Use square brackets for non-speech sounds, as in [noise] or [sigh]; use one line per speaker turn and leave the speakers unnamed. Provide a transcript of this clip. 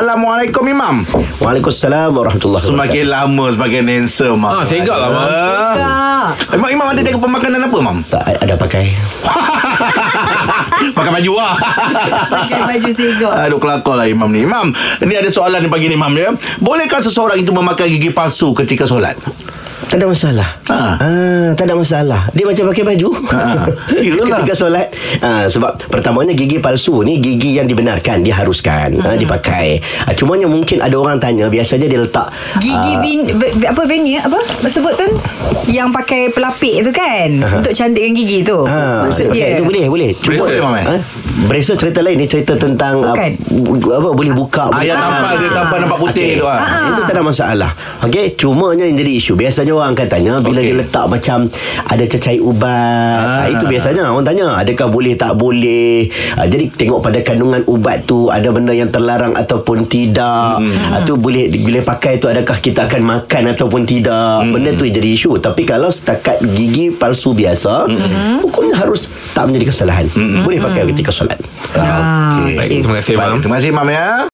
Assalamualaikum Imam
Waalaikumsalam warahmatullahi
Semakin lama semakin handsome Mak.
Ah, segak lah, Mak.
Ah,
Segak Imam, Imam ada jaga pemakanan apa Mam?
Tak ada pakai
[laughs] Pakai baju lah
Pakai baju segak.
Aduh kelakar lah Imam ni Imam Ni ada soalan ni pagi ni Imam ya Bolehkah seseorang itu memakai gigi palsu ketika solat?
Tak ada masalah
Ha.
ah, Tak ada masalah Dia macam pakai baju
Ha. Iyalah.
[laughs] Ketika solat ah, Sebab pertamanya gigi palsu ni Gigi yang dibenarkan
Hmm.
Diharuskan ah, Dipakai ah, Cumanya mungkin ada orang tanya Biasanya dia letak
Gigi
ah,
bin, be- be- apa veneer apa sebut tu yang pakai pelapik tu kan untuk cantikkan gigi tu.
Ah,
Maksud dia.
Itu boleh, boleh.
Bracer, Mam, eh?
ha? Bracer cerita lain ni cerita tentang ah,
Bukan.
bu- apa boleh buka.
Ah, yang tampal, dia tampal nampak putih
Okey.
tu, ah.
Ah, Itu tak ada masalah. Okey, cumanya yang jadi isu. Biasanya orang akan tanya bila
Okey.
dia letak macam ada cecair ubat.
Ah.
Ah. itu biasanya orang tanya, adakah boleh tak boleh. Ah, jadi tengok pada kandungan ubat tu ada benda yang terlarang ataupun tidak. Hmm. Ah, tu boleh bila pakai tu adakah kita akan makan ataupun tidak. Hmm. Benda tu jadi isu. Tapi kalau setakat gigi palsu biasa, hmm. hukumnya harus tak menjadi kesalahan. Hmm. Boleh pakai ketika solat.
Ah, Okey
Baik, terima kasih,
Baik,
Mam.
Terima kasih Imam ya